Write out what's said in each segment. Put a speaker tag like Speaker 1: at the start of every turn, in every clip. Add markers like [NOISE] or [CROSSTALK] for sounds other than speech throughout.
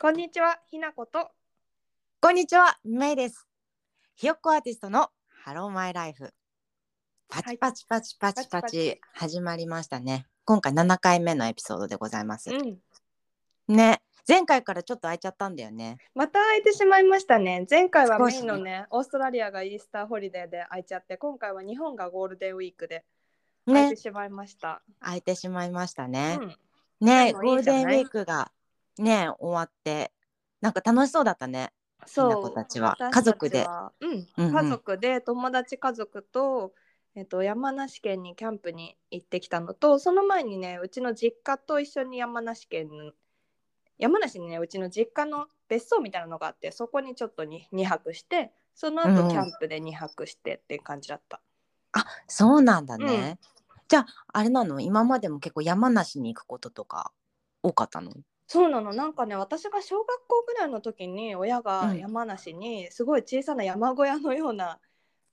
Speaker 1: こんにちは、ひなこと。
Speaker 2: こんにちは、めいです。ひよっこアーティストのハローマイライフ。パ
Speaker 1: はい
Speaker 2: チパチパチパチ
Speaker 1: パチパ
Speaker 2: パ
Speaker 1: チ
Speaker 2: チ始まりましたね。今回7回目のエピソードでございます。
Speaker 1: ん。
Speaker 2: ね、前回からちょっと空いちゃったんだよね。
Speaker 1: また空いてしまいましたね。前回は
Speaker 2: 少
Speaker 1: メ
Speaker 2: し
Speaker 1: イ
Speaker 2: ね
Speaker 1: ンのね、オーストラリアがイースターホリデーで空いちゃって、今回は日本がゴールデンウィークで空い
Speaker 2: ね
Speaker 1: て、しまいました。
Speaker 2: 空いてしまいましたね。
Speaker 1: うん、
Speaker 2: ね、
Speaker 1: でもいい
Speaker 2: ゴール
Speaker 1: じゃな
Speaker 2: デ
Speaker 1: い
Speaker 2: ンウィークがね、終わって、なんか楽しそうだったね。
Speaker 1: そう。
Speaker 2: ひな子たちは
Speaker 1: 私た
Speaker 2: 家族で
Speaker 1: うん、
Speaker 2: うんうん
Speaker 1: 家族で友達家族と。えっと、山梨県にキャンプに行ってきたのとその前にねうちの実家と一緒に山梨県の山梨にねうちの実家の別荘みたいなのがあってそこにちょっとに2泊してその
Speaker 2: うんう
Speaker 1: 後
Speaker 2: ん
Speaker 1: キャンプで2泊してっていう感じだった。
Speaker 2: そうなんだね。じゃあ、あれなの今までも結構山梨に行くこととか多かったの
Speaker 1: そうなのなんかね私が小学校ぐらいの時に親が
Speaker 2: うん
Speaker 1: 山梨にすごい小さな山小屋のような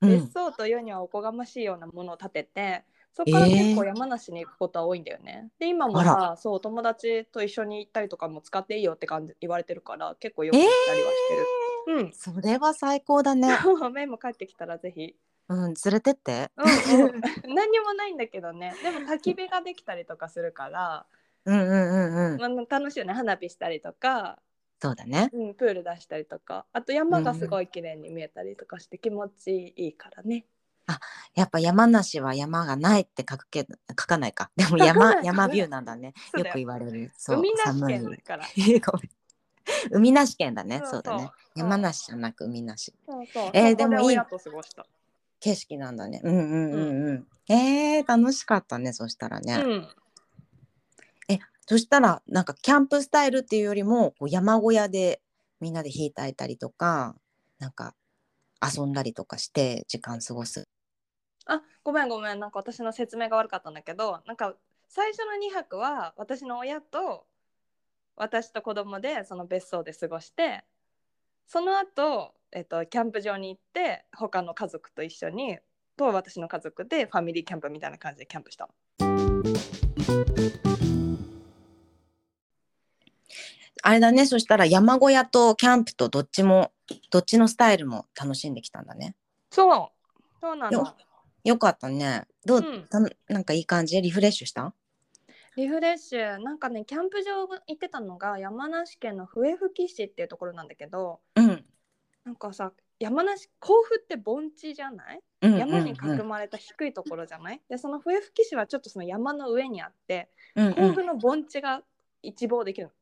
Speaker 2: うん
Speaker 1: 別。荘というにはおこがましいようなものを建てて、そこから結構山梨に行くことは多いんだよね。で今も
Speaker 2: あ
Speaker 1: さそう友達と一緒に行ったりとかも使っていいよって感じ言われてるから結構よく行ったりはしてる。
Speaker 2: それは最高だね。
Speaker 1: うん [LAUGHS] メイも帰ってきたらぜひ、
Speaker 2: うん、連れてって。
Speaker 1: うんうん
Speaker 2: [LAUGHS]
Speaker 1: 何にもないんだけどねでも焚き火ができたりとかするから、
Speaker 2: うんうんうんうん。
Speaker 1: まあ、楽しいよね花火したりとか
Speaker 2: そうだね。
Speaker 1: うん、プール出したりとかあと山がすごい綺麗に見えたりとかして気持ちいいからね。
Speaker 2: やっぱ山梨は山がないって書くけど、書かないか。で
Speaker 1: [LAUGHS]
Speaker 2: も
Speaker 1: 書かな
Speaker 2: 山、
Speaker 1: い
Speaker 2: 山ビューなんだね。
Speaker 1: [LAUGHS] そう
Speaker 2: よ
Speaker 1: だよ
Speaker 2: く言われる。そう、
Speaker 1: 海なし
Speaker 2: 寒い。 [LAUGHS]
Speaker 1: 県だから。
Speaker 2: ごめん海なし県だね。
Speaker 1: そうそ
Speaker 2: そううだね。
Speaker 1: うん
Speaker 2: 山梨じゃなく海なし。
Speaker 1: そうそう。
Speaker 2: えー
Speaker 1: そこ
Speaker 2: でもいい
Speaker 1: 親と過ごした。
Speaker 2: 景色なんだね。うんうんうんうん。えー、楽しかったね。そしたらね。
Speaker 1: うん。
Speaker 2: そしたら、なんかキャンプスタイルっていうよりも、こう山小屋でみんなで火焚いたりとか、なんか遊んだりとかして時間過ごす。
Speaker 1: あごめんごめんなんか私の説明が悪かったんだけどなんか最初の2泊は私の親と私と子供でその別荘で過ごしてその後、えっとキャンプ場に行って他の家族と一緒にと私の家族でファミリーキャンプみたいな感じでキャンプしたの。
Speaker 2: あれだね、そしたら山小屋とキャンプとどっちも、どっちのスタイルも楽しんできたんだね。
Speaker 1: そうそうなんだ
Speaker 2: よ。よかったね。どう、
Speaker 1: うん
Speaker 2: たなんかいい感じリフレッシュした
Speaker 1: リフレッシュなんかねキャンプ場行ってたのが山梨県の笛吹市っていうところなんだけど
Speaker 2: うん。
Speaker 1: なんかさ山梨甲府って盆地じゃない
Speaker 2: うん
Speaker 1: 山に囲
Speaker 2: む。
Speaker 1: まれた低いところじゃない、でその笛吹市はちょっとその山の上にあって
Speaker 2: うんう
Speaker 1: 甲
Speaker 2: ん
Speaker 1: 府の盆地が一望できるの、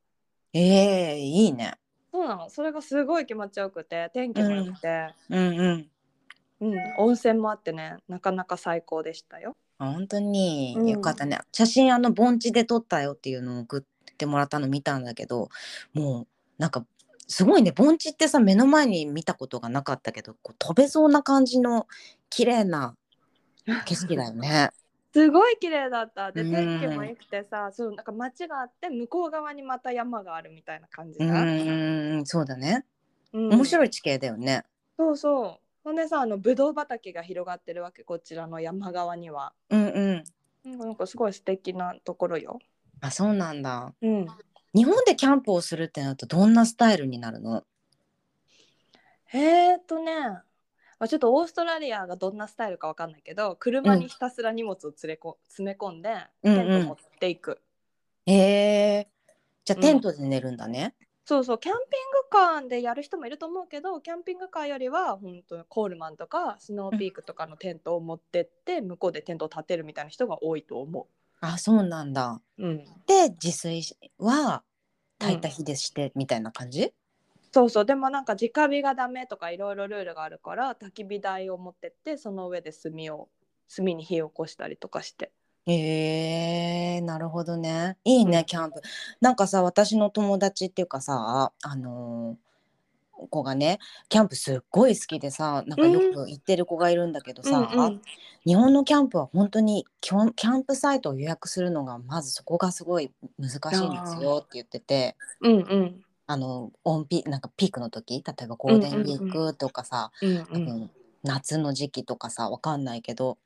Speaker 2: ええいいね。
Speaker 1: そうなのそれがすごい気持ちよくて天気も良くて、
Speaker 2: うんうん。
Speaker 1: うん温泉もあってねなかなか最高でしたよ
Speaker 2: あ本当に
Speaker 1: うん
Speaker 2: よかったね。写真あの盆地で撮ったよっていうのを送ってもらったの見たんだけど、もうなんかすごいね。盆地ってさ目の前に見たことがなかったけど、こう飛べそうな感じの綺麗な景色だよね。
Speaker 1: すごい綺麗だったで
Speaker 2: うん
Speaker 1: 天気も良くてさそうなんか町があって向こう側にまた山があるみたいな感じ
Speaker 2: う
Speaker 1: が、
Speaker 2: ん、そうだね。
Speaker 1: うん
Speaker 2: 面白い地形だよね。
Speaker 1: そうそうほんでさあのぶどう畑が広がってるわけこちらの山側には、
Speaker 2: うんうん。
Speaker 1: うんなんかすごい素敵なところよ
Speaker 2: あ、そうなんだ。
Speaker 1: うん
Speaker 2: 日本でキャンプをするってなるとどんなスタイルになるの？
Speaker 1: えーっとねまあちょっとオーストラリアがどんなスタイルかわかんないけど車にひたすら荷物を連れこ詰め込んで
Speaker 2: うん
Speaker 1: テント持っていく、
Speaker 2: ええじゃ
Speaker 1: う
Speaker 2: あ
Speaker 1: ん
Speaker 2: テントで寝るんだね。
Speaker 1: そうそうキャンピングカーでやる人もいると思うけどキャンピングカーよりは本当コールマンとかスノーピークとかのテントを持ってって向こうでテントを建てるみたいな人が多いと思
Speaker 2: あ、そうなんだ。
Speaker 1: う。うん、
Speaker 2: で、自炊は炊いた
Speaker 1: うん
Speaker 2: 火でしてみたいな感じ？
Speaker 1: そうそうでもなんか直火がダメとかいろいろルールがあるから焚き火台を持ってってその上で炭を炭に火を起こしたりとかして。
Speaker 2: ええなるほどね。いいうね
Speaker 1: ん
Speaker 2: キャンプ。なんかさ、私の友達っていうかさ、あのー子がねキャンプすっごい好きでさなんかよく行ってる子がいるんだけどさ、
Speaker 1: うんうん
Speaker 2: 日本のキャンプは本当に基本キャンプサイトを予約するのがまずそこがすごい難しいんですよって言ってて
Speaker 1: うんうん
Speaker 2: あのオンピなんかピークの時例えばゴールデンウィークとかさ、
Speaker 1: うんう
Speaker 2: 多
Speaker 1: ん
Speaker 2: 分夏の時期とかさわかんないけど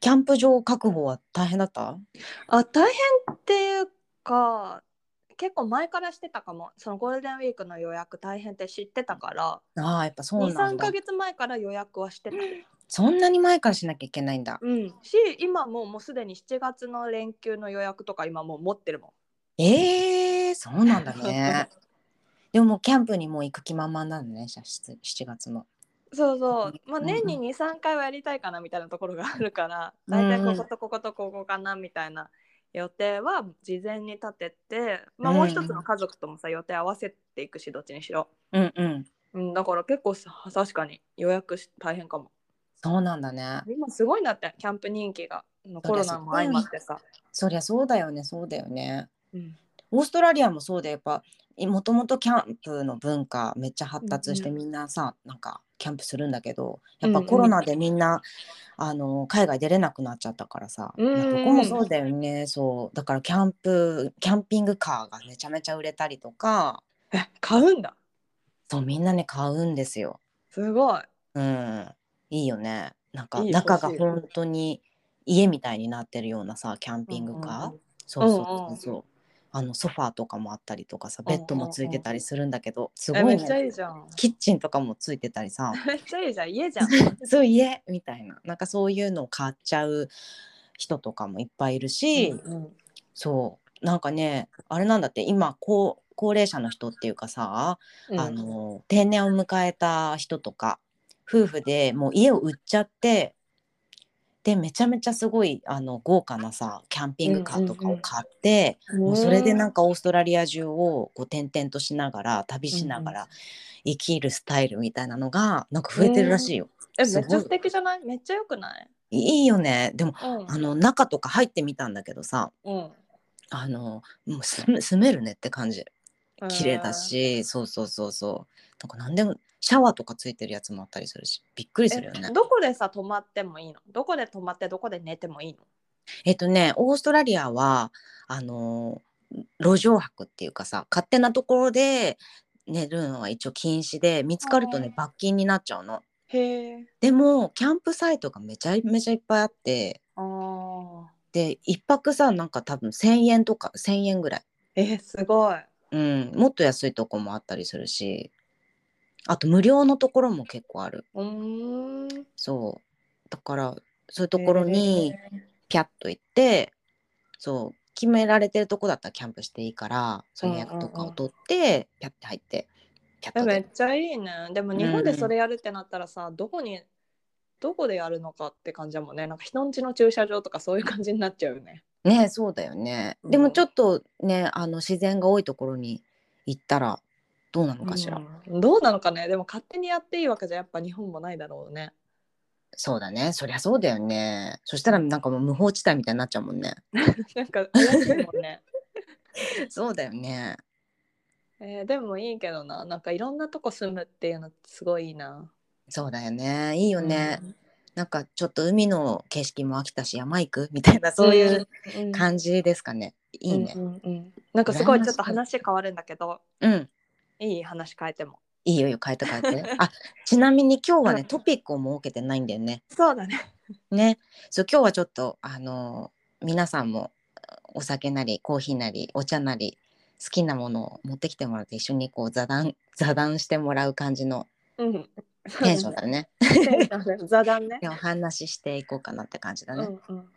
Speaker 2: キャンプ場確保は大変だった
Speaker 1: あ大変っていうか結構前からしてたかもそのゴールデンウィークの予約大変って知ってたから
Speaker 2: ああやっぱそうなん
Speaker 1: 23
Speaker 2: だ
Speaker 1: か月前から予約はしてた、
Speaker 2: そんなに前からしなきゃいけないんだ
Speaker 1: うん、し今もうもうすでに7月の連休の予約とか今もう持ってるも
Speaker 2: えー、そうなんだ
Speaker 1: ん [LAUGHS]
Speaker 2: ねでももうキャンプにもう行く気満々なんだね7月も
Speaker 1: そうそう、まあ、
Speaker 2: うん
Speaker 1: 年に23回はやりたいかなみたいなところがあるから大体こことこことここかなみたいな予定は事前に立てて、まあ、もう一つの家族ともさ予定合わせていくしどっちにしろ、
Speaker 2: うんうん
Speaker 1: うん、だから結構さ確かに予約し大変かも
Speaker 2: そうなんだね
Speaker 1: 今すごいんだってキャンプ人気があの
Speaker 2: そ
Speaker 1: コ
Speaker 2: うで
Speaker 1: ロ
Speaker 2: す
Speaker 1: ナも相まってさ、
Speaker 2: そりゃそうだよねそうだよね
Speaker 1: うん
Speaker 2: オーストラリアもそうでやっぱもともとキャンプの文化めっちゃ発達して
Speaker 1: うんう
Speaker 2: みんなさ、なんかキャンプするんだけど
Speaker 1: う
Speaker 2: や
Speaker 1: んう
Speaker 2: っ
Speaker 1: ん
Speaker 2: ぱコロナでみんな、あの海外出れなくなっちゃったからさ、
Speaker 1: うんうん
Speaker 2: いやここもそうだよねそうだからキャンプキャンピングカーがめちゃめちゃ売れたりとか
Speaker 1: え買うんだ
Speaker 2: そうみんなね買うんですよ。
Speaker 1: すごい
Speaker 2: うん、いいよねなんか
Speaker 1: いい
Speaker 2: 中が
Speaker 1: 欲しい
Speaker 2: 本当に家みたいになってるようなさキャンピングカー、
Speaker 1: うんうん
Speaker 2: そうそ
Speaker 1: うん
Speaker 2: う
Speaker 1: う
Speaker 2: そ
Speaker 1: ん
Speaker 2: うそう、あのソファーとかもあったりとかさ
Speaker 1: うんう
Speaker 2: ベ
Speaker 1: んうん
Speaker 2: ッドもついてたりするんだけどすご
Speaker 1: えめ
Speaker 2: い
Speaker 1: っちゃ
Speaker 2: ね
Speaker 1: いいじゃん [LAUGHS]
Speaker 2: キッチンとかもついてたりさ
Speaker 1: めっちゃいいじゃん家じゃん
Speaker 2: そう家みたいななんかそういうのを買っちゃう人とかもいっぱいいるし、
Speaker 1: うん
Speaker 2: そうなんかねあれなんだって今高高齢者の人っていうかさ、
Speaker 1: うん
Speaker 2: あの定年を迎えた人とか夫婦でもう家を売っちゃってでめちゃめちゃすごいあの豪華なさキャンピングカーとかを買って、もうそれでなんかオーストラリア中をこう転々としながら旅しながら生きるスタイルみたいなのがなんか増えてるらしいよ。
Speaker 1: えめ
Speaker 2: すごい
Speaker 1: っちゃ素敵じゃないめっちゃ良くない
Speaker 2: いいよねでも
Speaker 1: うん
Speaker 2: あの中とか入ってみたんだけどさ
Speaker 1: うん
Speaker 2: あのもう住め住めるねって感じ綺麗だし、そうそうそうそうなんか何でもシャワーとかついてるやつもあったりするしびっくり
Speaker 1: え
Speaker 2: するよね
Speaker 1: どこでさ泊まってもいいのどこで泊まってどこで寝てもいいの
Speaker 2: えっとねオーストラリアはあのー路上泊っていうかさ勝手なところで寝るのは一応禁止で見つかると
Speaker 1: へ
Speaker 2: ね
Speaker 1: ー
Speaker 2: 罰金になっちゃうの
Speaker 1: へえ
Speaker 2: でもキャンプサイトがめちゃめちゃいっぱいあって
Speaker 1: あー
Speaker 2: で一泊さなんか多分1,000円とか1,000円ぐらい
Speaker 1: えすごい
Speaker 2: うんもっと安いとこもあったりするしあと無料のところも結構ある
Speaker 1: うーん
Speaker 2: そうだからそういうところにピャッと行って、そう決められてるとこだったらキャンプしていいからそういう予約とかを取って、ピャッて入ってピャッ
Speaker 1: え
Speaker 2: と
Speaker 1: め
Speaker 2: 出
Speaker 1: ってちゃいいねでも日本でそれやるってなったらさ、どこにどこでやるのかって感じだもんねなんか人んちの駐車場とかそういう感じになっちゃうよね
Speaker 2: ねそうだよね、
Speaker 1: うん
Speaker 2: でもちょっとねあの自然が多いところに行ったらどうなのかしら、
Speaker 1: うんどうなのかねでも勝手にやっていいわけじゃやっぱ日本もないだろうね [LAUGHS]
Speaker 2: そうだねそりゃそうだよねそしたらなんかもう無法地帯みたいになっちゃうもんね
Speaker 1: なんか怪しいもんね [LAUGHS]
Speaker 2: そうだよね
Speaker 1: えーでもいいけどななんかいろんなとこ住むっていうのすごいいいな。
Speaker 2: そうだよねいいよね、
Speaker 1: うん
Speaker 2: なんかちょっと海の景色も飽きたし山行くみたいなそういう、感じですかね。いいね
Speaker 1: う。んうんうんなんかすご
Speaker 2: 羨
Speaker 1: い
Speaker 2: ま
Speaker 1: ち
Speaker 2: しい
Speaker 1: ょっと話変わるんだけど
Speaker 2: うん、
Speaker 1: いい話変えても。
Speaker 2: いいよいいよ、変えて変え
Speaker 1: [LAUGHS]
Speaker 2: て。あ、ちなみに今日は
Speaker 1: う
Speaker 2: ね、
Speaker 1: ん
Speaker 2: トピックを設けてないんだよね。
Speaker 1: そうだね。
Speaker 2: ね。そう、今日はちょっと、あのー皆さんもお酒なり、コーヒーなり、お茶なり、好きなものを持ってきてもらって、一緒にこう座談、 [LAUGHS] 座談してもらう感じの
Speaker 1: うん、
Speaker 2: テンションだ
Speaker 1: [LAUGHS]
Speaker 2: ね。
Speaker 1: テンション座談ね。
Speaker 2: でお話ししていこうかなって感じだ
Speaker 1: う
Speaker 2: ね。
Speaker 1: んうん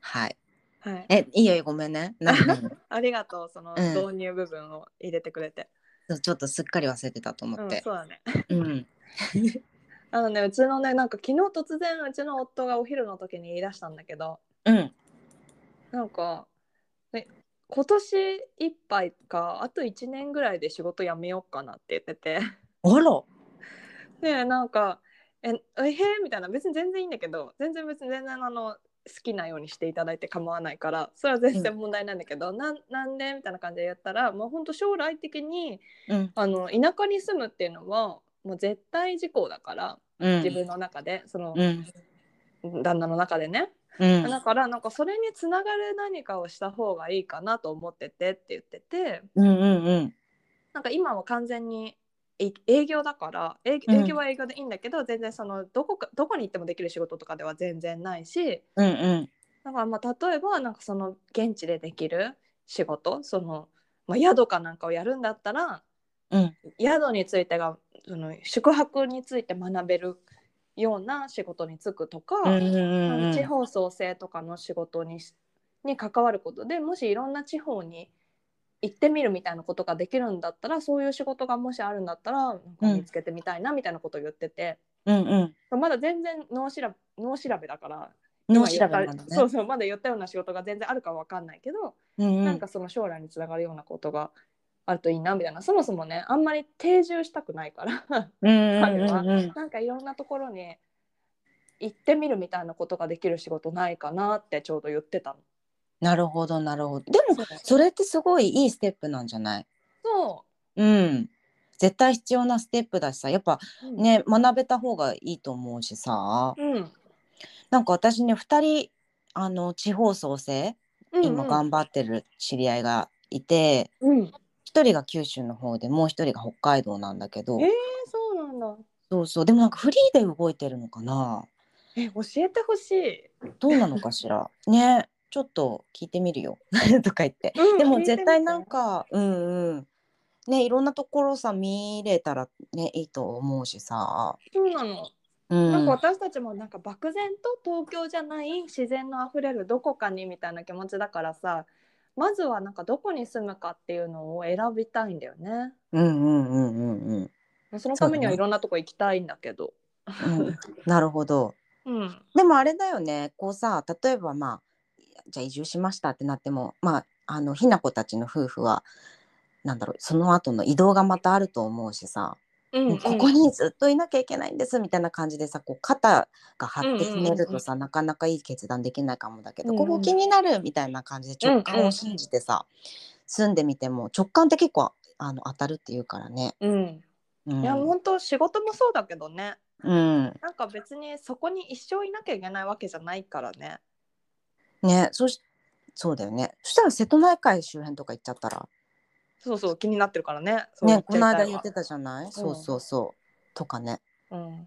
Speaker 2: はい。
Speaker 1: はい、
Speaker 2: え、いいよいいよ、ごめんね。なんか
Speaker 1: ありがとうその
Speaker 2: うん
Speaker 1: 導入部分を入れてくれて。
Speaker 2: そうちょっとすっかり忘れてたと
Speaker 1: う
Speaker 2: 思っ
Speaker 1: ん、
Speaker 2: て。
Speaker 1: [LAUGHS] そうだね。
Speaker 2: うん。
Speaker 1: あのねうちのねなんか昨日突然うちの夫がお昼の時に言い出したんだけど
Speaker 2: うん。
Speaker 1: なんか、ね、今年いっぱいかあと1年ぐらいで仕事辞めようかなって言ってて。 [LAUGHS]
Speaker 2: あら。
Speaker 1: でなんか「ええへえ」みたいな別に全然いいんだけど全然別に全然あの好きなようにしていただいて構わないからそれは全然問題ないんだけど、なんなんでみたいな感じで言ったらもうほんと将来的に
Speaker 2: うん。
Speaker 1: あの田舎に住むっていうのはもう絶対事項だから
Speaker 2: うん。
Speaker 1: 自分の中で、その、
Speaker 2: うん。
Speaker 1: 旦那の中でね、
Speaker 2: うん。
Speaker 1: だからなんかそれにつながる何かをした方がいいかなと思っててって言ってて
Speaker 2: うんうんうん
Speaker 1: なんか今は完全にえ営業だから営
Speaker 2: うん
Speaker 1: 営業は営業でいいんだけど、全然そのどこかどこに行ってもできる仕事とかでは全然ないし
Speaker 2: うんうん
Speaker 1: だからまあ例えばなんかその現地でできる仕事そのまあ、宿かなんかをやるんだったら
Speaker 2: うん
Speaker 1: 宿についてがその宿泊について学べるような仕事に就くとか、
Speaker 2: うんうんうんうん
Speaker 1: 地方創生とかの仕事にしに関わることでもしいろんな地方に行ってみるみたいなことができるんだったらそういう仕事がもしあるんだったらなんか見つけてみたいなみたいなことを言ってて、
Speaker 2: うんうん
Speaker 1: まだ全然脳調べ脳調べだから
Speaker 2: 脳調べ
Speaker 1: 今
Speaker 2: な
Speaker 1: 言
Speaker 2: ん
Speaker 1: っ
Speaker 2: だ
Speaker 1: た
Speaker 2: ね
Speaker 1: そうそうまだ言ったような仕事が全然あるかわかんないけど、
Speaker 2: うんうん
Speaker 1: なんかその将来につながるようなことがあるといいなみたいなそもそもねあんまり定住したくないから
Speaker 2: うんうん
Speaker 1: 彼は
Speaker 2: うんうん
Speaker 1: なんかいろんなところに行ってみるみたいなことができる仕事ないかなってちょうど言ってたの。
Speaker 2: なるほどなるほどでも
Speaker 1: そう
Speaker 2: それってすごいいいステップなんじゃない
Speaker 1: そ
Speaker 2: うん絶対必要なステップだしさやっぱ
Speaker 1: う、うん、
Speaker 2: ね学べた方がいいと思うしさ
Speaker 1: うん、
Speaker 2: なんか私ね2人あの地方創生今
Speaker 1: うん
Speaker 2: 頑張ってる知り合いがいて、
Speaker 1: うん、うん、
Speaker 2: 一1人が九州の方でもう1人が北海道なんだけど
Speaker 1: えーそうなんだ
Speaker 2: そうそうでもなんかフリーで動いてるのかな
Speaker 1: え教えてほしい、
Speaker 2: どうなのか
Speaker 1: [LAUGHS]
Speaker 2: しらねちょっと聞いてみるよ [LAUGHS] とか言って
Speaker 1: うん
Speaker 2: でも絶対なんかうんうんねいろんなところさ見れたらねいいと思うしさ、
Speaker 1: そうなの
Speaker 2: うん、
Speaker 1: なんか私たちもなんか漠然と東京じゃない自然のあふれるどこかにみたいな気持ちだからさまずはなんかどこに住むかっていうのを選びたいんだよね。
Speaker 2: うんうんうんうんうん
Speaker 1: そのためには
Speaker 2: そ
Speaker 1: い
Speaker 2: うだね
Speaker 1: ろんなとこ行きたいんだけど。
Speaker 2: うんなるほど
Speaker 1: うん、
Speaker 2: でもあれだよねこうさ例えばまあじゃあ移住しましたってなってもまああのひな子たちの夫婦はなんだろうその後の移動がまたあると思うしさ、
Speaker 1: うん
Speaker 2: もうここにずっといなきゃいけないんですみたいな感じでさこう肩が張ってひねるとさ、なかなかいい決断できないかもだけど、
Speaker 1: うんうん
Speaker 2: ここ気になるみたいな感じで直感を信じてさ、住んでみても直感って結構あの当たるっていうからね。
Speaker 1: うん
Speaker 2: うん、
Speaker 1: いや本当仕事もそうだけどね
Speaker 2: うん
Speaker 1: なんか別にそこに一生いなきゃいけないわけじゃないからね
Speaker 2: ねそしそうだよねそしたら瀬戸内海周辺とか行っちゃったら
Speaker 1: そうそう気になってるからねそう
Speaker 2: ね、この間
Speaker 1: 言
Speaker 2: 言
Speaker 1: っ
Speaker 2: ってて
Speaker 1: み
Speaker 2: たじゃない、そうそうそうとかね
Speaker 1: たいわうんま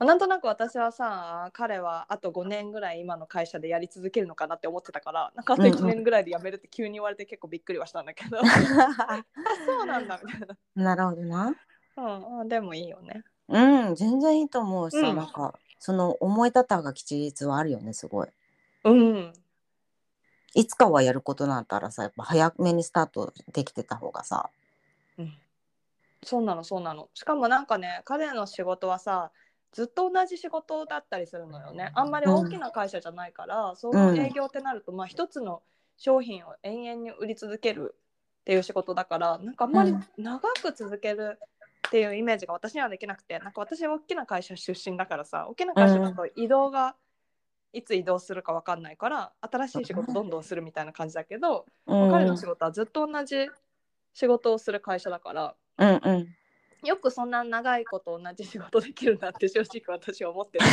Speaker 1: あなんとなく私はさ彼はあと5年ぐらい今の会社でやり続けるのかなって思ってたからなんかあと
Speaker 2: うんうん
Speaker 1: 1年ぐらいで辞めるって急に言われて結構びっくりはしたんだ
Speaker 2: [LAUGHS]
Speaker 1: けどあそうなんだみたい [LAUGHS] な
Speaker 2: なるほどな
Speaker 1: うんうんでもいいよね
Speaker 2: うん全然いいと思うさ、
Speaker 1: うん
Speaker 2: なんかその思い立ったが吉日はあるよねすごい
Speaker 1: うん
Speaker 2: いつかはやることなんたらさやっぱ早めにスタートできてた方がさ
Speaker 1: そうなのそうなのしかもなんかね彼の仕事はさずっと同じ仕事だったりするのよねあんまり大きな会社じゃないから、そういう営業ってなると、まあ一つの商品を延々に売り続けるっていう仕事だからなんかあんまり
Speaker 2: うん
Speaker 1: 長く続けるっていうイメージが私にはできなくてなんか私は大きな会社出身だからさ大きな会社だと移動がいつ移動するか分かんないから新しい仕事どんどんするみたいな感じだけど、
Speaker 2: うん
Speaker 1: 彼の仕事はずっと同じ仕事をする会社だから。
Speaker 2: うんうん
Speaker 1: よくそんな長いこと同じ仕事できるなって正直私は思
Speaker 2: [LAUGHS]
Speaker 1: ってて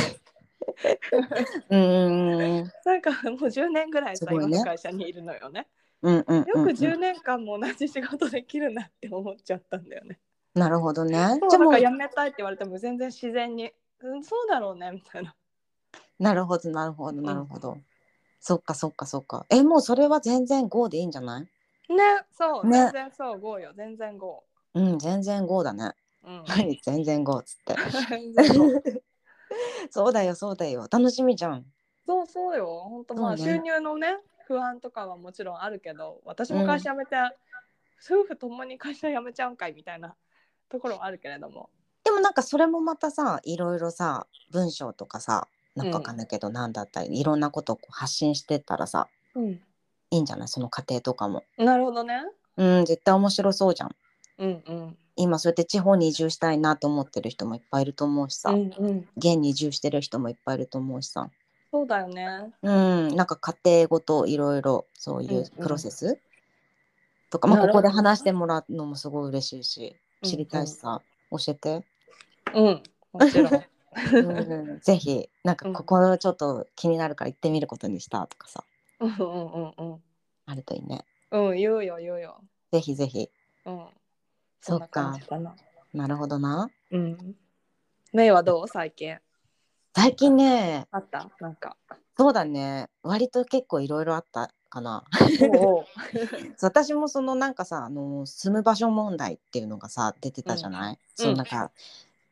Speaker 2: うんうん
Speaker 1: なんかもう10年ぐらい
Speaker 2: す
Speaker 1: さ、
Speaker 2: ごい
Speaker 1: 今
Speaker 2: ね
Speaker 1: の会社にいるのよね
Speaker 2: うんうん
Speaker 1: よく10年間も同じ仕事できるなって思っちゃったんだよね、
Speaker 2: なるほどね
Speaker 1: そう
Speaker 2: じ
Speaker 1: な
Speaker 2: ゃあ
Speaker 1: ん
Speaker 2: も
Speaker 1: か
Speaker 2: う
Speaker 1: やめたいって言われても全然自然に、うん、そうだろうねみたいな
Speaker 2: なるほどなるほどなるほど、そっかそっかそっかえもうそれは全然 GO でいいんじゃない
Speaker 1: ねそう、
Speaker 2: ね
Speaker 1: 全然そう GO よ全然 GO
Speaker 2: うん全然 GO
Speaker 1: [LAUGHS]
Speaker 2: だね
Speaker 1: うん
Speaker 2: 全然 GO っつって
Speaker 1: 全然 GO
Speaker 2: そうだよそうだよ楽しみじゃん。
Speaker 1: そうそうよ本当まあ
Speaker 2: そうね
Speaker 1: 収入のね不安とかはもちろんあるけど私も会社辞めて、夫婦ともに会社辞めちゃうんかいみたいな [LAUGHS] ところはあるけれども
Speaker 2: でもなんかそれもまたさいろいろさ文章とかさなんかわかんないけどなんだったり、いろんなことをこう発信してったらさ
Speaker 1: うん、
Speaker 2: いいんじゃないその過程とかも。
Speaker 1: なるほどね。
Speaker 2: うん絶対面白そうじゃん。
Speaker 1: うんうん。
Speaker 2: 今そうやって地方に移住したいなと思ってる人もいっぱいいると思うしさ、
Speaker 1: うんうん、
Speaker 2: 現に移住してる人もいっぱいいると思うしさ、
Speaker 1: そうだよね。
Speaker 2: うん、なんか家庭ごといろいろそうい
Speaker 1: んう
Speaker 2: うんうプロセス、とか、ま
Speaker 1: な
Speaker 2: あ、
Speaker 1: る
Speaker 2: こ
Speaker 1: ほ
Speaker 2: こ
Speaker 1: ど
Speaker 2: で話してもらうのもすごい嬉しいし知りたいしさ、教えて。
Speaker 1: うん、もちろん。
Speaker 2: うんうんぜひなんか
Speaker 1: うん
Speaker 2: ここちょっと気になるから行ってみることにしたとかさ
Speaker 1: うんうんうん
Speaker 2: あるといいね
Speaker 1: うん。うん、言うよ言うよ。
Speaker 2: ぜひぜひ
Speaker 1: うん。
Speaker 2: そ
Speaker 1: んな
Speaker 2: っか
Speaker 1: 感じかな。
Speaker 2: なるほどな
Speaker 1: うん。メイはどう最近
Speaker 2: 最近ね
Speaker 1: あったなんか。
Speaker 2: そうだね割と結構いろいろあったかな
Speaker 1: [LAUGHS] [LAUGHS] おうおう
Speaker 2: 私もそのなんかさあの住む場所問題っていうのがさ出てたじゃない、そのなんか、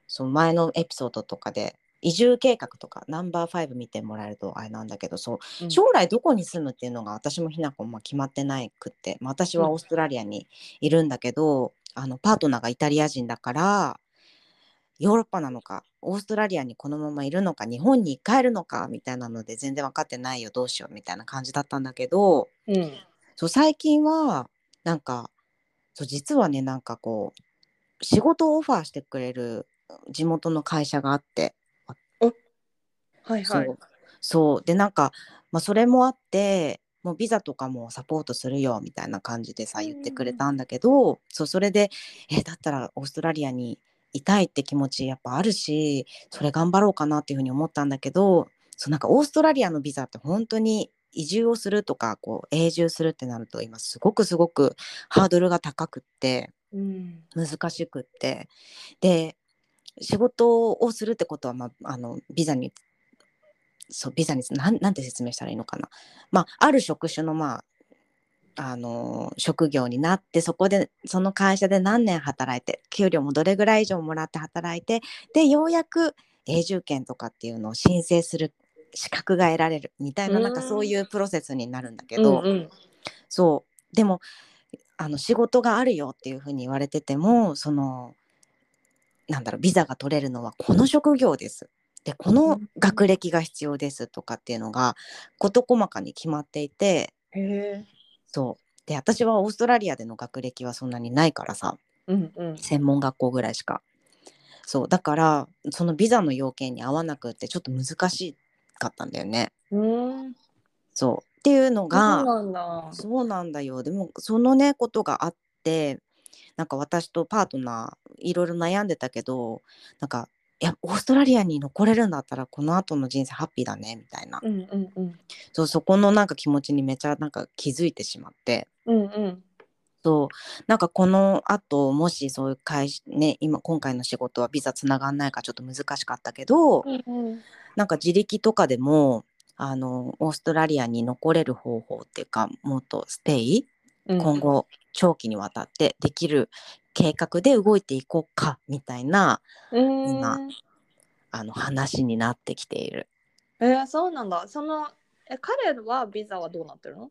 Speaker 2: その前のエピソードとかで移住計画とかナンバー5見てもらえるとあれなんだけどそう
Speaker 1: うん
Speaker 2: 将来どこに住むっていうのが私もひなこも決まってないくって、まあ、私はオーストラリアにいるんだけど、あのパートナーがイタリア人だからヨーロッパなのかオーストラリアにこのままいるのか日本に帰るのかみたいなので全然分かってないよどうしようみたいな感じだったんだけど
Speaker 1: うん
Speaker 2: そう最近はなんかそう実はねなんかこう仕事をオファーしてくれる地元の会社があって
Speaker 1: はい
Speaker 2: そ
Speaker 1: はい。
Speaker 2: うそうでなんか、まあ、それもあってもうビザとかもサポートするよみたいな感じでさ
Speaker 1: うんうん
Speaker 2: 言ってくれたんだけど、そうそれでえだったらオーストラリアにいたいって気持ちやっぱあるしそれ頑張ろうかなっていうふうに思ったんだけどそうなんかオーストラリアのビザって本当に移住をするとかこう永住するってなると今すごくすごくハードルが高くって。
Speaker 1: うん
Speaker 2: 難しくってで仕事をするってことは、まあ、あのビザにそうビザになんなんて説明したらいいのかな、まあ、ある職種の,、まあ、あの職業になってそこでその会社で何年働いて給料もどれぐらい以上もらって働いてでようやく永住権とかっていうのを申請する資格が得られるみたいななんかそういうプロセスになるんだけど、
Speaker 1: うんうん
Speaker 2: そうでもあの仕事があるよっていうふうに言われててもそのなんだろうビザが取れるのはこの職業ですでこ
Speaker 1: う
Speaker 2: の
Speaker 1: ん
Speaker 2: 学歴が必要ですとかっていうのが事細かに決まっていて
Speaker 1: へえ。
Speaker 2: そうで私はオーストラリアでの学歴はそんなにないからさ
Speaker 1: うんうん。
Speaker 2: 専門学校ぐらいしかそうだからそのビザの要件に合わなくってちょっと難しかったんだよね
Speaker 1: うん。
Speaker 2: そうっていうの
Speaker 1: そ
Speaker 2: が
Speaker 1: うなんだ。
Speaker 2: そうなんだよ。でもそのねことがあってなんか私とパートナーいろいろ悩んでたけどなんかいやオーストラリアに残れるんだったらこの後の人生ハッピーだねみたいな
Speaker 1: うんうんうん。
Speaker 2: そうそこのなんか気持ちにめちゃなんか気づいてしまって
Speaker 1: うんうん。
Speaker 2: そうなんかこのあともしそういう会社ね今今回の仕事はビザつながんないからちょっと難しかったけど、
Speaker 1: うんうん。
Speaker 2: なんか自力とかでもあのオーストラリアに残れる方法っていうかもっとステイ
Speaker 1: うん
Speaker 2: 今後長期にわたってできる計画で動いていこうかみたいな
Speaker 1: うん
Speaker 2: 今あの話になってきている
Speaker 1: えー、そうなんだ。そのえ彼はビザはどうなってるの？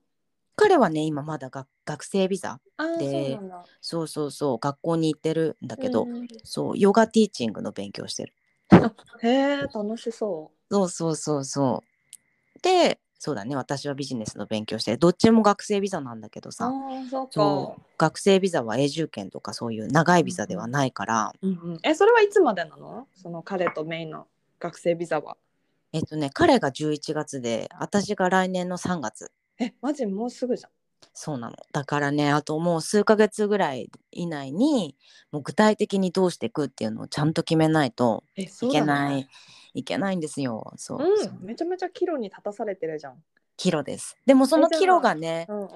Speaker 2: 彼はね今まだが学生ビザ
Speaker 1: ああ、そう
Speaker 2: で
Speaker 1: なんだ。
Speaker 2: そうそうそう学校に行ってるんだけど、
Speaker 1: うん
Speaker 2: そうヨガティーチングの勉強してる
Speaker 1: へえ、楽しそ
Speaker 2: そうそうそうそうでそうだね私はビジネスの勉強してるどっちも学生ビザなんだけど
Speaker 1: う。あ
Speaker 2: さ
Speaker 1: あ、そう
Speaker 2: そ
Speaker 1: か
Speaker 2: う。学生ビザは永住権とかそういう長いビザではないから、
Speaker 1: うんうん。え、それはいつまでなの？その彼とメイの学生ビザは。
Speaker 2: えっとね彼が11月で私が来年の3月
Speaker 1: え、マジもうすぐじゃん。
Speaker 2: そうなのだからねあともう数ヶ月ぐらい以内にもう具体的にどうしていくっていうのをちゃんと決めないと
Speaker 1: え、
Speaker 2: い
Speaker 1: そう
Speaker 2: け
Speaker 1: だね
Speaker 2: ない、。いけないんですよそう,、
Speaker 1: うん、めちゃめちゃ岐路に立たされてるじゃん。
Speaker 2: キロですでもその
Speaker 1: えでも
Speaker 2: キロがね
Speaker 1: うんうん。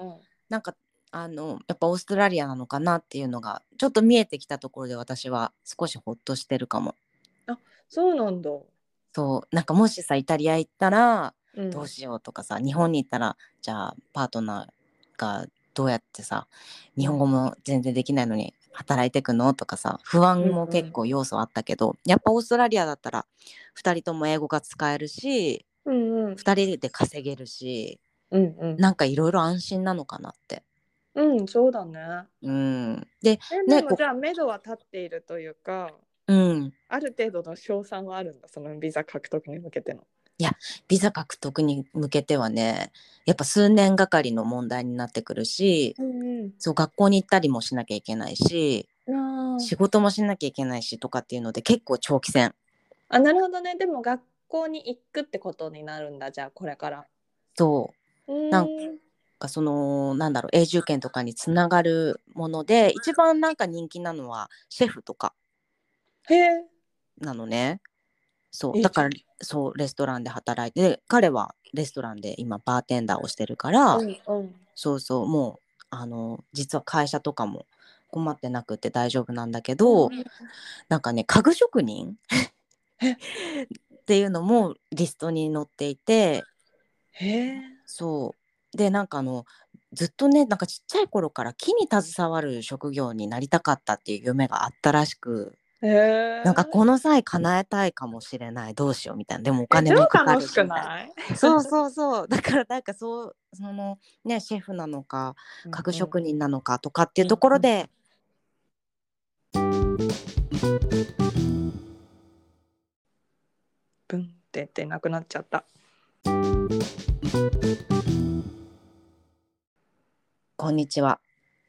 Speaker 2: なんかあのやっぱオーストラリアなのかなっていうのがちょっと見えてきたところで私は少しほっとしてるかも
Speaker 1: そうなんだ。
Speaker 2: そうなんかもしさイタリア行ったら
Speaker 1: うん、
Speaker 2: どうしようとかさ、日本に行ったらじゃあパートナーがどうやってさ日本語も全然できないのに働いてくのとかさ不安も結構要素あったけど、やっぱオーストラリアだったら2人とも英語が使えるし
Speaker 1: うんうん。
Speaker 2: 2人で稼げるし
Speaker 1: うんうん。
Speaker 2: なんかいろいろ安心なのかなって。
Speaker 1: うん、そうだね。
Speaker 2: うん、で、
Speaker 1: え、
Speaker 2: ね
Speaker 1: でも
Speaker 2: こ
Speaker 1: じゃあ、目処は立っているというか、
Speaker 2: うん、
Speaker 1: ある程度の賞賛はあるんだ、そのビザ獲得に向けての。
Speaker 2: ビザ獲得に向けてはねやっぱ数年がかりの問題になってくるし
Speaker 1: うん
Speaker 2: そう学校に行ったりもしなきゃいけないし
Speaker 1: うん。あ
Speaker 2: 仕事もしなきゃいけないしとかっていうので結構長期戦
Speaker 1: あ、なるほどね。でも学校に行くってことになるんだ、じゃあ、これから。
Speaker 2: と
Speaker 1: な
Speaker 2: なんかそのなんだろう永住権とかにつながるもので一番なんか人気なのはシェフとか
Speaker 1: へえ。
Speaker 2: なのねそ
Speaker 1: え
Speaker 2: うだからそうレストランで働いて彼はレストランで今バーテンダーをしてるから、
Speaker 1: うんうん。
Speaker 2: そうそうもうあの実は会社とかも困ってなくて大丈夫なんだけど、
Speaker 1: うん
Speaker 2: なんかね家具職人 [LAUGHS]
Speaker 1: え
Speaker 2: っていうのもリストに載っていて
Speaker 1: へえ。
Speaker 2: そうでなんかあのずっとねなんかちっちゃい頃から木に携わる職業になりたかったっていう夢があったらしく
Speaker 1: へえ。
Speaker 2: なんかこの際叶えたいかもしれないどうしようみたいなでもお
Speaker 1: お金
Speaker 2: 金もかか
Speaker 1: 楽
Speaker 2: る
Speaker 1: し
Speaker 2: しみた
Speaker 1: く
Speaker 2: いな
Speaker 1: ない？
Speaker 2: そうそうそうだからなんかそうそのねシェフなのか家具職人なのかとかっていうところで、
Speaker 1: ブンってってなくなっちゃった。
Speaker 2: こんにちは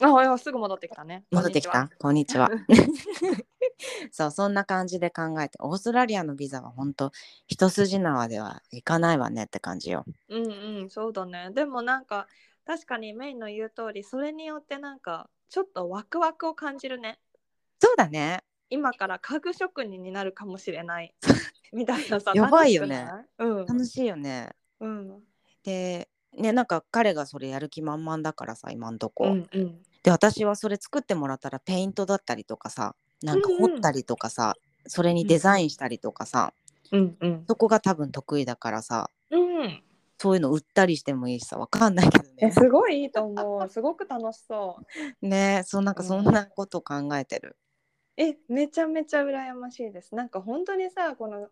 Speaker 1: あ、あすぐ戻ってきたね。
Speaker 2: 戻ってきたこんにちは [LAUGHS] そうそんな感じで考えてオーストラリアのビザは本当一筋縄ではいかないわねって感じよ
Speaker 1: こんにちは。うんうん、そうだね。でもなんか確かにメインの言う通り、それによってなんかちょっとワクワクを感じるね。
Speaker 2: そうだね
Speaker 1: 今から家具職人になるかもしれ
Speaker 2: [LAUGHS]
Speaker 1: ないみたいなさ。
Speaker 2: やばいよね
Speaker 1: 楽しくない。
Speaker 2: 楽しいよね
Speaker 1: うん。うん。
Speaker 2: でねなんか彼がそれやる気満々だからさ今んとこ、
Speaker 1: うんうん。
Speaker 2: で私はそれ作ってもらったらペイントだったりとかさなんか
Speaker 1: うんうん
Speaker 2: 彫ったりとかさ、それにデザインしたりとかさ、
Speaker 1: うんうん。
Speaker 2: そこが多分得意だからさ
Speaker 1: うん。
Speaker 2: そういうの売ったりしてもいいしさわかんないけど
Speaker 1: え、 [LAUGHS]
Speaker 2: ね
Speaker 1: すごいいいと思う。すごく楽しそう。
Speaker 2: ねそうなんかそんなこと考えてる、
Speaker 1: えめちゃめちゃ羨ましいですなんか本当にさこの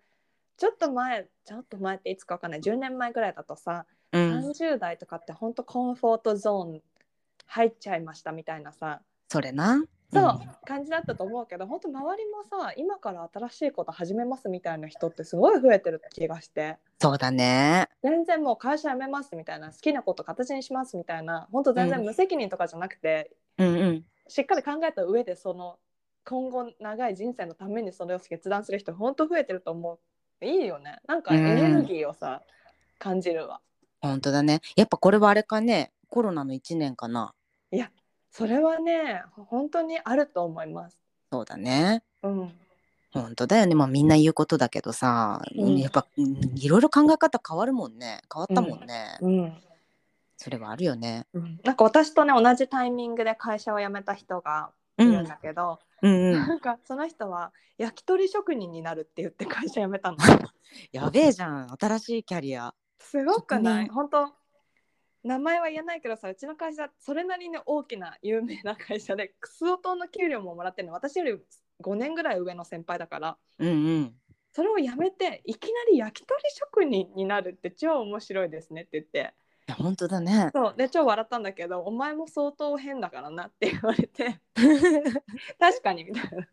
Speaker 1: ちょっと前ちょっと前っていつかわかんない10年前ぐらいだとさ、
Speaker 2: うん、
Speaker 1: 30代とかって本当コンフォートゾーン入っちゃいましたみたいなさ
Speaker 2: それな
Speaker 1: そう、
Speaker 2: ん
Speaker 1: 感じだったと思うけど本当周りもさ今から新しいこと始めますみたいな人ってすごい増えてる気がして
Speaker 2: そうだね
Speaker 1: 全然もう会社辞めますみたいな好きなこと形にしますみたいな本当全然無責任とかじゃなくて、
Speaker 2: うんうん
Speaker 1: しっかり考えた上でその今後長い人生のためにそれを決断する人本当増えてると思ういいよねなんかエネルギーをさ、感じるわ
Speaker 2: 本当だねやっぱこれはあれかねコロナの1年かない
Speaker 1: やそれはね本当にあると思います
Speaker 2: そうだね
Speaker 1: うん
Speaker 2: 本当だよねまあみんな言うことだけどさ、
Speaker 1: うん
Speaker 2: やっぱうんいろいろ考え方変わるもんね変わったもんね、
Speaker 1: うん、
Speaker 2: それはあるよね
Speaker 1: なんか私とね同じタイミングで会社を辞めた人がいるんだけど、
Speaker 2: うんうん
Speaker 1: [LAUGHS] なんかその人は焼き鳥職人になるって言って会社辞め [LAUGHS] たの
Speaker 2: やべえじゃん新しいキャリア
Speaker 1: すごくない
Speaker 2: 職人
Speaker 1: 本当名前は言えないけどさうちの会社それなりに大きな有名な会社でク [LAUGHS] スオトの給料ももらってるの私より5年ぐらい上の先輩だから
Speaker 2: うんうん
Speaker 1: それをやめていきなり焼き鳥職人になるって超面白いですねって言って
Speaker 2: いや本当だね
Speaker 1: そうで超笑ったんだけどお前も相当変だからなって言われ [LAUGHS] て確かにみたいな。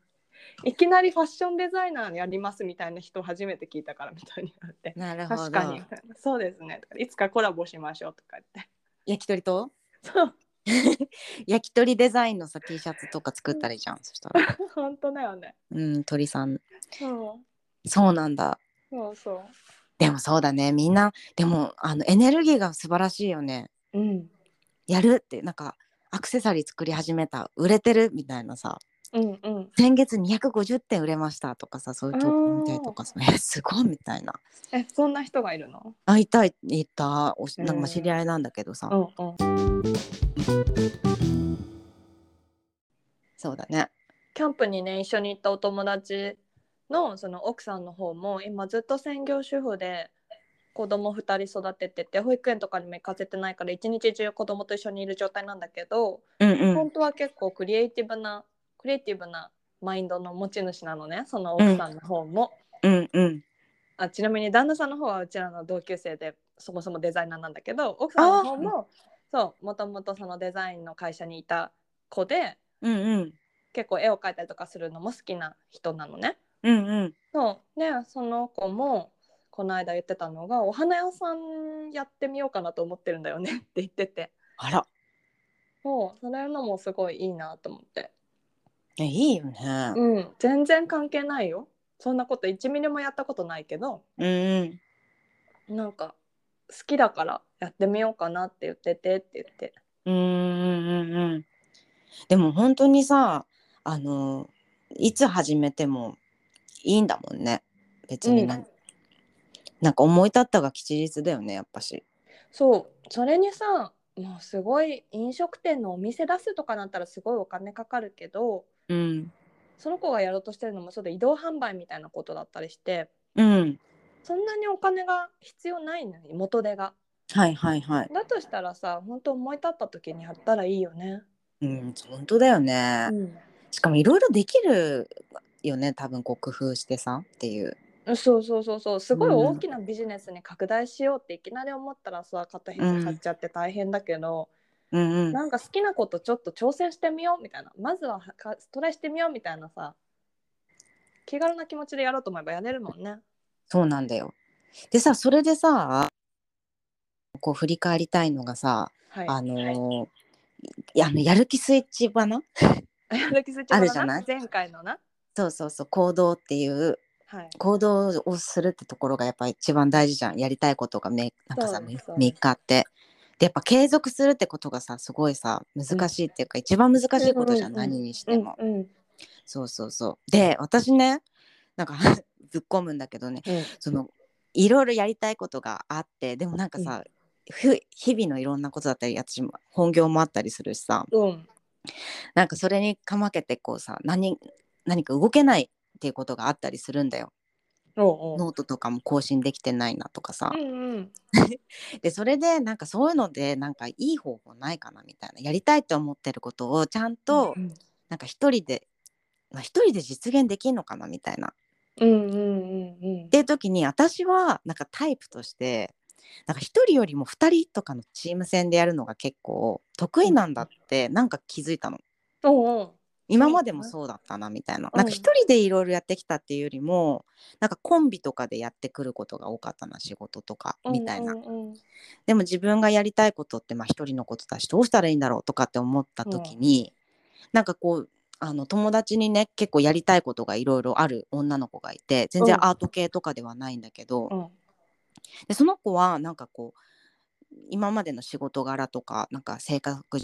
Speaker 1: いきなりファッションデザイナーやりますみたいな人初めて聞いたからみたいになって
Speaker 2: なるほど
Speaker 1: 確かにそうですねとかいつかコラボしましょうとか言って
Speaker 2: 焼き鳥と
Speaker 1: そう
Speaker 2: [LAUGHS] 焼き鳥デザインのさ T シャツとか作ったらいいじゃんそしたら
Speaker 1: 本当だよね。
Speaker 2: うん鳥さん
Speaker 1: そう
Speaker 2: そうなんだ
Speaker 1: そうそ
Speaker 2: でもそうだねみんなでもあのエネルギーが素晴らしいよね
Speaker 1: う。うん
Speaker 2: やるってなんかアクセサリー作り始めた売れてるみたいなさ
Speaker 1: うんうん。
Speaker 2: 先月250点売れましたとかさそういう投稿見たりとかさえすごいみたいな
Speaker 1: えそんな人がいるの？
Speaker 2: あいたいいたおし
Speaker 1: うん
Speaker 2: なんかまあ知り合いなんだけどさ、
Speaker 1: んうん。
Speaker 2: そうだね
Speaker 1: キャンプにね一緒に行ったお友達のその奥さんの方も今ずっと専業主婦で子供2人育ててて保育園とかにも行かせてないから一日中子供と一緒にいる状態なんだけど、
Speaker 2: うんうん
Speaker 1: 本当は結構クリエイティブなクリエイティブなマインドの持ち主なのねその奥さんの方も。
Speaker 2: うんうん
Speaker 1: あちなみに旦那さんの方はうちらの同級生でそもそもデザイナーなんだけど奥さんの方もそうもともとそのデザインの会社にいた子で
Speaker 2: うんうん
Speaker 1: 結構絵を描いたりとかするのも好きな人なのね。
Speaker 2: うんうん
Speaker 1: そうでその子もこの間言ってたのがお花屋さんやってみようかなと思ってるんだよね [LAUGHS] って言ってて
Speaker 2: あら
Speaker 1: そうそれのもすごいいいなと思って
Speaker 2: えいいよね
Speaker 1: うん全然関係ないよそんなこと1ミリもやったことないけど
Speaker 2: うんうん
Speaker 1: なんか好きだからやってみようかなって言っててって言って
Speaker 2: うんうんうんうんでも本当にさあのいつ始めてもいいんだもんね別にな,、
Speaker 1: うん
Speaker 2: ん、なんか思い立ったが吉日だよねやっぱし
Speaker 1: そうそれにさもうすごい飲食店のお店出すとかなったらすごいお金かかるけど
Speaker 2: うん
Speaker 1: その子がやろうとしてるのもそうで移動販売みたいなことだったりして
Speaker 2: うん
Speaker 1: そんなにお金が必要ないのに元手が
Speaker 2: はいはいはい。
Speaker 1: だとしたらさ本当思い立った時にやったらいいよね。
Speaker 2: うん、本当だよね。しかもいろいろできるよね、多分こう工夫してさっていう。
Speaker 1: そうそうそうそうすごい
Speaker 2: うん
Speaker 1: 大きなビジネスに拡大しようっていきなり思ったらさ肩肘張っちゃって大変だけど、
Speaker 2: うんうん。
Speaker 1: なんか好きなことちょっと挑戦してみようみたいなまずはかトライしてみようみたいなさ気軽な気持ちでやろうと思えばやれるもんね。
Speaker 2: そうなんだよ。でさそれでさこう振り返りたいのがさ、
Speaker 1: はい、
Speaker 2: あのーいやあのやる気スイッチ花
Speaker 1: やる気スイッチ
Speaker 2: あ
Speaker 1: も
Speaker 2: る
Speaker 1: だ
Speaker 2: じゃない
Speaker 1: [LAUGHS] 前回のな。
Speaker 2: そうそうそう行動っていう
Speaker 1: はい、
Speaker 2: 行動をするってところがやっぱ一番大事じゃんやりたいことがめなんかさ
Speaker 1: そうですそうです
Speaker 2: 3日って。でやっぱ継続するってことがさすごいさ難しいっていうか、一番難しいことじゃん、
Speaker 1: うんうんうん
Speaker 2: 何にしても、
Speaker 1: うんうん
Speaker 2: そうそうそうで私ねなんか [LAUGHS] ぶっ込むんだけどね
Speaker 1: うん
Speaker 2: そのいろいろやりたいことがあってでもなんかさ、ふ日々のいろんなことだったり私も本業もあったりするしさ
Speaker 1: うん
Speaker 2: なんかそれにかまけてこうさ何何か動けないっていうことがあったりするんだよ
Speaker 1: おうおう
Speaker 2: ノートとかも更新できてないなとかさ
Speaker 1: う、んうん
Speaker 2: でそれでなんかそういうのでなんかいい方法ないかなみたいなやりたいと思ってることをちゃんと
Speaker 1: うん
Speaker 2: なんか一人で、まあ、一人で実現できるのかなみたいな
Speaker 1: うんうんうんうん
Speaker 2: っていう時に私はなんかタイプとしてなんか一人よりも二人とかのチーム戦でやるのが結構得意なんだってなんか気づいたの
Speaker 1: おうおう
Speaker 2: 今までもそうだったなみたいななんか一人でいろいろやってきたっていうよりもなんかコンビとかでやってくることが多かったな仕事とかみたいな
Speaker 1: うんうんうん
Speaker 2: でも自分がやりたいことってまあ一人のことだしどうしたらいいんだろうとかって思った時に、なんかこうあの友達にね結構やりたいことがいろいろある女の子がいて全
Speaker 1: う
Speaker 2: 然
Speaker 1: ん
Speaker 2: アート系とかではないんだけど、
Speaker 1: うん
Speaker 2: でその子はなんかこう今までの仕事柄とかなんか性格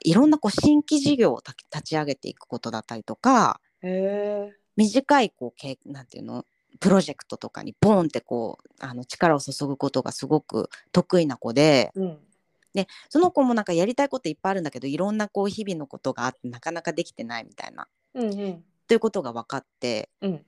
Speaker 2: いろんなこう新規事業をた立ち上げていくことだったりとか
Speaker 1: へえ
Speaker 2: 短いこうけいなんていうのプロジェクトとかにボーンってこうあの力を注ぐことがすごく得意な子で
Speaker 1: うん
Speaker 2: でその子もなんかやりたいこといっぱいあるんだけどいろんなこう日々のことがあってなかなかできてないみたいな
Speaker 1: うんうん
Speaker 2: ということが分かって
Speaker 1: うん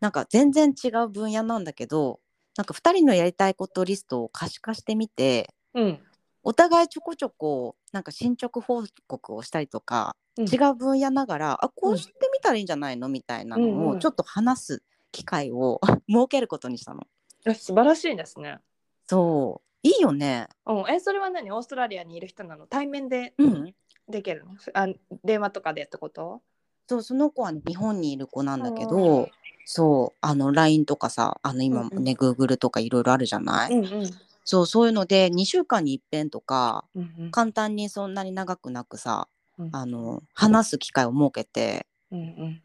Speaker 2: なんか全然違う分野なんだけどなんか2人のやりたいことリストを可視化してみて
Speaker 1: うん
Speaker 2: お互いちょこちょこなんか進捗報告をしたりとか、
Speaker 1: うん
Speaker 2: 違う分野ながらあこうしてみたらいいんじゃないのみたいな
Speaker 1: うん
Speaker 2: の
Speaker 1: う
Speaker 2: を
Speaker 1: ん
Speaker 2: ちょっと話す機会を [LAUGHS] 設けることにしたの。
Speaker 1: え素晴らしいですね。
Speaker 2: そういいよね。
Speaker 1: うん、えそれは何オーストラリアにいる人なの対面で
Speaker 2: うん、
Speaker 1: できるの、あ電話とかでってこと
Speaker 2: そうその子はね日本にいる子なんだけど、そうあの LINE とかさあの今
Speaker 1: うん
Speaker 2: ね、
Speaker 1: うん
Speaker 2: Google とかいろいろあるじゃない、
Speaker 1: んうん
Speaker 2: そうそういうので2週間に一遍とか
Speaker 1: うん
Speaker 2: 簡単にそんなに長くなくさ
Speaker 1: うん
Speaker 2: あの話す機会を設けて
Speaker 1: うんうん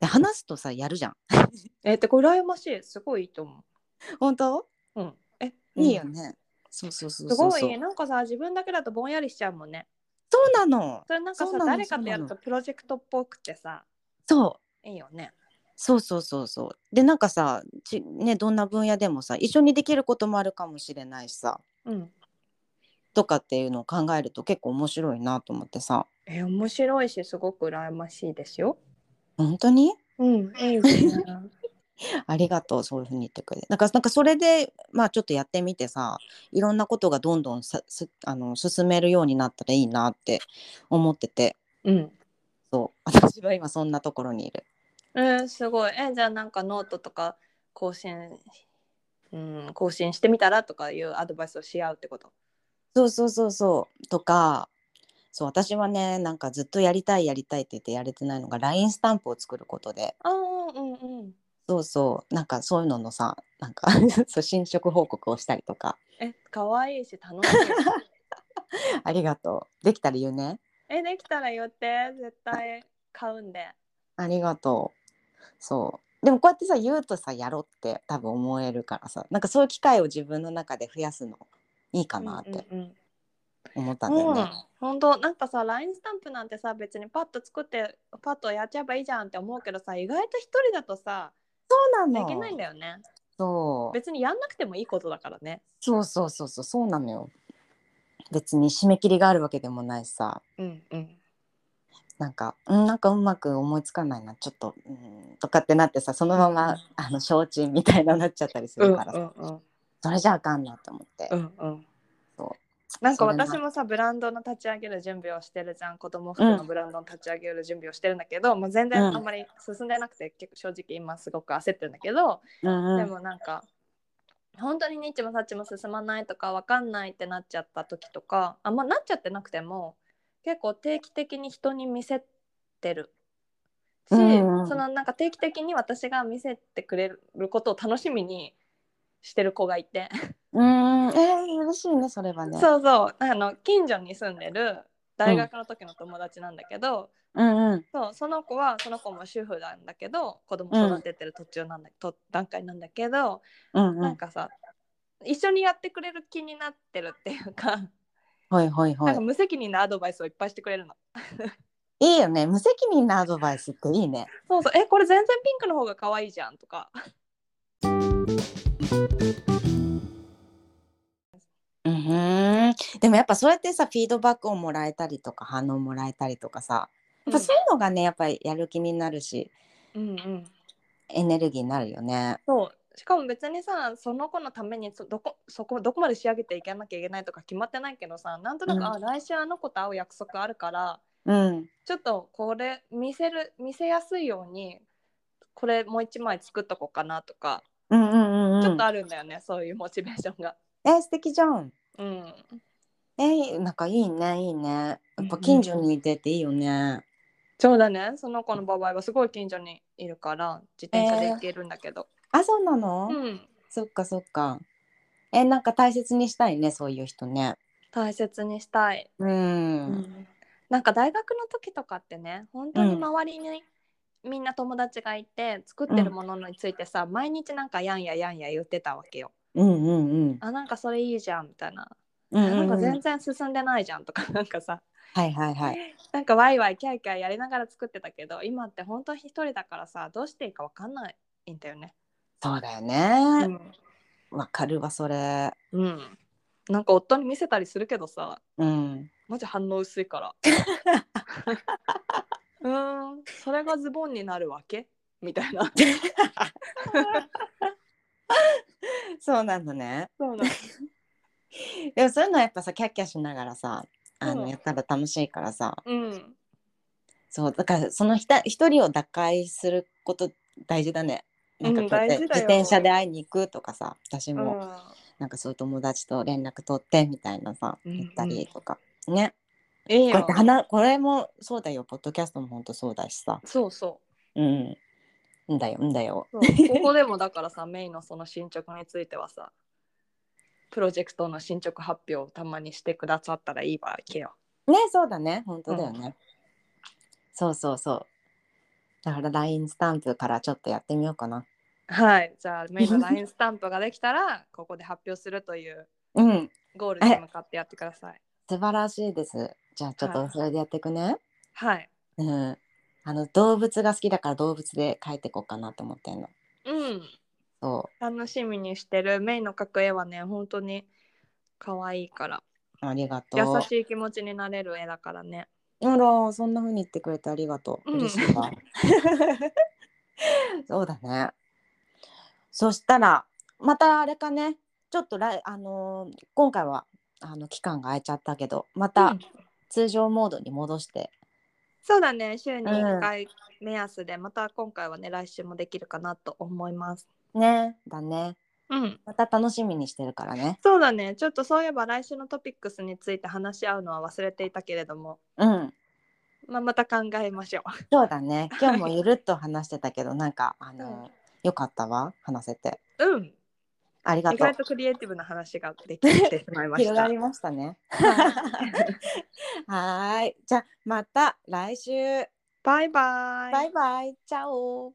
Speaker 2: で話すとさやるじゃん。
Speaker 1: えってこれ羨ましいすごいいいと思
Speaker 2: 本当
Speaker 1: う。うん、え
Speaker 2: いいよ、ね。そうそうそ
Speaker 1: うん
Speaker 2: う
Speaker 1: す
Speaker 2: そう。
Speaker 1: ごいなんかさ自分だけだとぼんやりしちゃうもんね。
Speaker 2: そうなの。
Speaker 1: それなんか
Speaker 2: そ
Speaker 1: さ
Speaker 2: うなの
Speaker 1: 誰かとやる
Speaker 2: そ
Speaker 1: とプロジェクトっぽくてさ
Speaker 2: そう。
Speaker 1: いいよね。
Speaker 2: そうそうそうそう。でなんかさち、ね、どんな分野でもさ一緒にできることもあるかもしれないしさ
Speaker 1: うん、
Speaker 2: とかっていうのを考えると結構面白いなと思ってさ
Speaker 1: え面白いしすごく羨ましいですよ。
Speaker 2: 本当に
Speaker 1: うんいいですね。
Speaker 2: ありがとうそういうふうに言ってくれてなんかなんかそれでまあちょっとやってみてさいろんなことがどんどんさすあの進めるようになったらいいなって思ってて
Speaker 1: [LAUGHS] うん
Speaker 2: そう私は今そんなところにいる。
Speaker 1: えーすごい。えじゃあなんかノートとか更新、うん、更新してみたらとかいうアドバイスをし合うってこと。
Speaker 2: そうそうそうそうとかそう私はねなんかずっとやりたいやりたいって言ってやれてないのが LINE スタンプを作ることで
Speaker 1: ああうんうん。
Speaker 2: そうそうなんかそういうののさなんか [LAUGHS] そう進捗報告をしたりとか
Speaker 1: え可愛いし楽 [LAUGHS] しい。
Speaker 2: ありがとうできたら言うね
Speaker 1: えできたら言って絶対買うんで。
Speaker 2: ありがとうそうでもこうやってさ言うとさやろうって多分思えるからさなんかそういう機会を自分の中で増やすのいいかなって
Speaker 1: うんうんうん
Speaker 2: 思ったんだよね、
Speaker 1: うん本当なんかさ LINE スタンプなんてさ別にパッと作ってパッとやっちゃえばいいじゃんって思うけどさ意外と一人だとさ
Speaker 2: そう
Speaker 1: で
Speaker 2: なの
Speaker 1: きないんだよね
Speaker 2: そう
Speaker 1: 別にやんなくてもいいことだからね
Speaker 2: そうそうそうそうそうなのよ別に締め切りがあるわけでもないしさ
Speaker 1: うんうん
Speaker 2: なんか、うん、なんかうまく思いつかないな、ちょっと、うん、とかってなってさ、そのま
Speaker 1: う
Speaker 2: ま、
Speaker 1: ん
Speaker 2: あの、承知みたいななっちゃったりするからさ、
Speaker 1: うん
Speaker 2: それじゃあかんなと思って
Speaker 1: う。んうん
Speaker 2: そ
Speaker 1: なんか
Speaker 2: それな
Speaker 1: 私もさブランドの立ち上げる準備をしてるじゃん子供服のブランドの立ち上げる準備をしてるんだけど、もう全然
Speaker 2: うん
Speaker 1: あんまり進んでなくて、結構正直今すごく焦ってるんだけど、
Speaker 2: うん
Speaker 1: でもなんか本当にニッチもサッチも進まないとかわかんないってなっちゃった時とかあんまなっちゃってなくても結構定期的に人に見せてるし、
Speaker 2: うんうん
Speaker 1: そのなんか定期的に私が見せてくれることを楽しみにしてる子がいて、
Speaker 2: うん、えー、嬉しいね、それはね。う、
Speaker 1: そうそうあの近所に住んでる大学の時の友達なんだけど、
Speaker 2: うんうん、
Speaker 1: そうその子はその子も主婦なんだけど子供育ててる途中なんだ、と段階なんだけど、
Speaker 2: うん、う
Speaker 1: なん
Speaker 2: ん、
Speaker 1: かさ一緒にやってくれる気になってるっていうか,、
Speaker 2: はいはい
Speaker 1: な
Speaker 2: は
Speaker 1: んか無責任なアドバイスをいっぱいしてくれるの。
Speaker 2: い。いいよね、無責任なアドバイスっていいね。
Speaker 1: そうそうえこれ全然ピンクの方が可愛いじゃんとか
Speaker 2: うんふん、でもやっぱそうやってさ、フィードバックをもらえたりとか、反応もらえたりとかさ。やっぱそういうのがね、やっぱりやる気になるし、
Speaker 1: うんうん、
Speaker 2: エネルギーになるよね。
Speaker 1: そうしかも別にさその子のためにそどこそこどこまで仕上げていかなきゃいけないとか決まってないけどさなんとなく、
Speaker 2: うん
Speaker 1: あ来週あの子と会う約束あるから
Speaker 2: うん、
Speaker 1: ちょっとこれ見せる見せやすいようにこれもう一枚作っとこうかなとか、
Speaker 2: うん、うん、うん、うん。
Speaker 1: ちょっとあるんだよねそういうモチベーションが。
Speaker 2: えー、素敵じゃん。
Speaker 1: うん
Speaker 2: えー、なんかいいね、いいね。やっぱ近所にいてっていいよね。
Speaker 1: そうだねその子の場合はすごい近所にいるから自転車で行けるんだけど、
Speaker 2: あ、そうなの。
Speaker 1: うん、
Speaker 2: そっか、そっか。えー、なんか大切にしたいね、そういう人ね。
Speaker 1: 大切にしたい、
Speaker 2: うん。
Speaker 1: なんか大学の時とかってね本当に周りにみんな友達がいて作ってるものについてさ、毎日なんかやんややんや言ってたわけよ
Speaker 2: うんうんうん。
Speaker 1: あなんかそれいいじゃんみたいな、
Speaker 2: うん
Speaker 1: な
Speaker 2: うんんう
Speaker 1: か
Speaker 2: ん
Speaker 1: 全然進んでないじゃんとか [LAUGHS] なんかさ
Speaker 2: はいはいはい。
Speaker 1: なんかワイワイキャイキャイやりながら作ってたけど今って本当一人だからさどうしていいかわかんないんだよね。
Speaker 2: そうだよ
Speaker 1: う
Speaker 2: ね。
Speaker 1: ん
Speaker 2: わ、かるわそれ。
Speaker 1: うん、なんか夫に見せたりするけどさ
Speaker 2: うん。
Speaker 1: マジ反応薄い
Speaker 2: [LAUGHS]
Speaker 1: から。うーんそれがズボンになるわけみたい
Speaker 2: [LAUGHS]
Speaker 1: な。
Speaker 2: そうなんだね。
Speaker 1: そう
Speaker 2: でもそういうのはやっぱさキャッキャしながらさ、あ
Speaker 1: う
Speaker 2: の
Speaker 1: ん
Speaker 2: やったら楽しいからさ。
Speaker 1: ん、
Speaker 2: そうだからそのひた一人を打開すること大事だね。なんかこうやって
Speaker 1: うん大事だ
Speaker 2: 自
Speaker 1: よ
Speaker 2: 転車で会いに行くとかさ、私
Speaker 1: う
Speaker 2: も
Speaker 1: ん、
Speaker 2: なんかそういう友達と連絡取ってみたいなさ、
Speaker 1: うんうん
Speaker 2: 行ったりとか。ね、
Speaker 1: いい
Speaker 2: こうやっ
Speaker 1: よ
Speaker 2: て。話これもそうだよポッドキャストも本当そうだしさ
Speaker 1: そうそ
Speaker 2: うんんだよんだよ
Speaker 1: うそう。ここでもだからさメイのその進捗についてはさプロジェクトの進捗発表をたまにしてくださったらいいわけよ。
Speaker 2: ねそうだね本当だよね、そうそうそうだから LINE スタンプからちょっとやってみようかな
Speaker 1: はいじゃあメイの LINE スタンプができたらここで発表するという
Speaker 2: うん
Speaker 1: ゴールに向かってやってください。
Speaker 2: 素晴らしいですじゃあちょっ
Speaker 1: は
Speaker 2: と
Speaker 1: い
Speaker 2: それでやっていくね、
Speaker 1: はい。
Speaker 2: うんあの動物が好きだから動物で描いていこうかなと思ってんの
Speaker 1: うん
Speaker 2: そ
Speaker 1: 楽しみにしてるメイの描く絵はね本当に可愛いから
Speaker 2: うありがとう
Speaker 1: 優しい気持ちになれる絵だからね
Speaker 2: あらそんな風に言ってくれてありがとう
Speaker 1: うん
Speaker 2: 嬉しいわ、 [LAUGHS] そうだねそしたらまたあれかねちょっと来あのー今回はあの期間が空いちゃったけどま
Speaker 1: う
Speaker 2: た
Speaker 1: ん
Speaker 2: 通常モードに戻して、
Speaker 1: そうだね週に1回目安で、また今回はね来週もできるかなと思います
Speaker 2: ねだね
Speaker 1: うん
Speaker 2: また楽しみにしてるからね
Speaker 1: そうだねちょっとそういえば来週のトピックスについて話し合うのは忘れていたけれども、
Speaker 2: うん
Speaker 1: まあ、また考えましょ
Speaker 2: そうだね今日もゆるっと話してたけどなんかあのー
Speaker 1: うん
Speaker 2: よかったわ話せて
Speaker 1: ううん
Speaker 2: ありが
Speaker 1: 意
Speaker 2: とう
Speaker 1: 外とクリエイティブな話ができてしまいまし
Speaker 2: [LAUGHS] 広が
Speaker 1: た
Speaker 2: りましたね [LAUGHS]
Speaker 1: はい
Speaker 2: はーいじゃあまた来週
Speaker 1: バイバイ
Speaker 2: バイバイチャオ